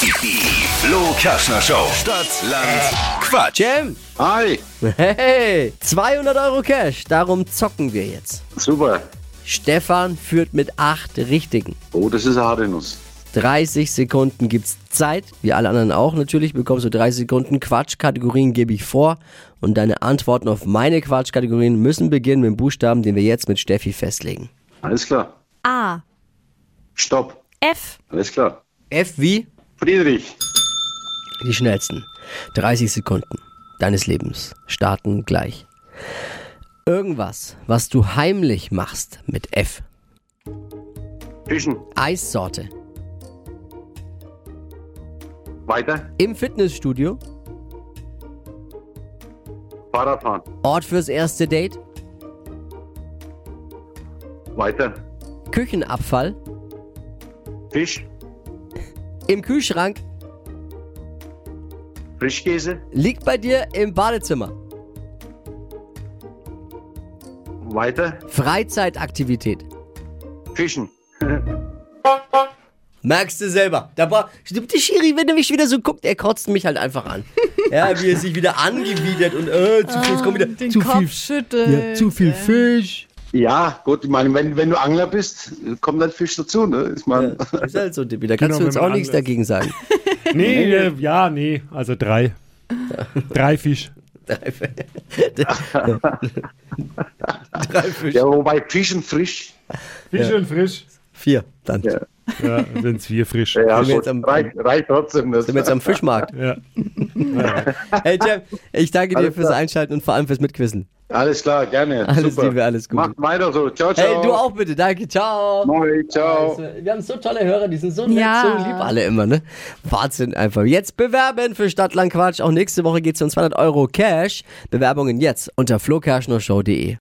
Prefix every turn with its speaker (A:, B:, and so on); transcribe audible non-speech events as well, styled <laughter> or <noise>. A: Die Flo Kaschner Show. Stadt, Land, Quatsch.
B: Jam,
C: Hi,
B: hey, 200 Euro Cash, darum zocken wir jetzt.
C: super.
B: Stefan führt mit 8 Richtigen.
C: Oh, das ist eine harte Nuss.
B: 30 Sekunden gibt's Zeit, wie alle anderen auch natürlich, bekommst du 30 Sekunden Quatsch, Kategorien gebe ich vor und deine Antworten auf meine Quatschkategorien müssen beginnen mit dem Buchstaben, den wir jetzt mit Steffi festlegen.
C: Alles klar.
D: A.
C: Stopp.
D: F.
C: Alles klar.
B: F wie
C: Friedrich,
B: die schnellsten. 30 Sekunden deines Lebens starten gleich. Irgendwas, was du heimlich machst mit F.
C: Fischen,
B: Eissorte.
C: weiter.
B: Im Fitnessstudio.
C: Fahrradfahren,
B: Ort fürs erste Date.
C: weiter.
B: Küchenabfall.
C: Fisch,
B: Im Kühlschrank.
C: Frischkäse,
B: Liegt bei dir im Badezimmer.
C: weiter.
B: Freizeitaktivität.
C: Fischen.
B: Merkst du selber. Da war, stimmt die Schiri, wenn er mich wieder so guckt, er kotzt mich halt einfach
C: <laughs>
B: an. ja, wie er sich wieder angewidert und äh, zu viel, es kommt wieder zu viel,
D: schütteln.
B: zu viel
C: <laughs>
B: Fisch.
C: Ja, gut, ich meine, wenn, wenn du Angler bist, kommt dann Fisch dazu, ne? Ich meine,
B: Ist halt so, Dippi, da
C: Genau,
B: kannst du
E: wenn
B: uns
E: man
B: auch nichts
E: anders-
B: dagegen sagen.
E: Nee, äh, ja, nee, also drei. drei Fisch.
B: Drei Fisch.
C: <laughs> ja, wobei Fischen frisch.
E: Fisch und frisch.
B: Vier. Dann
C: Ja.
E: Ja, sind's wir frisch.
C: Ja,
B: Sind wir
C: gut,
B: jetzt am-
C: reicht, reicht trotzdem. Das.
B: sind wir jetzt am Fischmarkt.
E: Ja.
B: Hey, Jeff, ich danke dir
C: Alles
B: fürs
C: klar.
B: Einschalten und vor allem fürs Mitquissen.
C: Alles klar, gerne.
B: Alles
C: super.
B: Liebe, alles Gute.
C: Macht weiter so. Ciao, ciao.
B: Hey, du auch bitte. Danke, ciao.
C: Moin, ciao.
B: Wir haben so tolle Hörer, die sind so nett,
D: Ja.
B: so lieb alle immer, ne? Wahnsinn einfach. Jetzt bewerben für Stadtland Quatsch. Auch nächste Woche geht's um 200 Euro Cash. Bewerbungen jetzt unter flokerschnershow.de.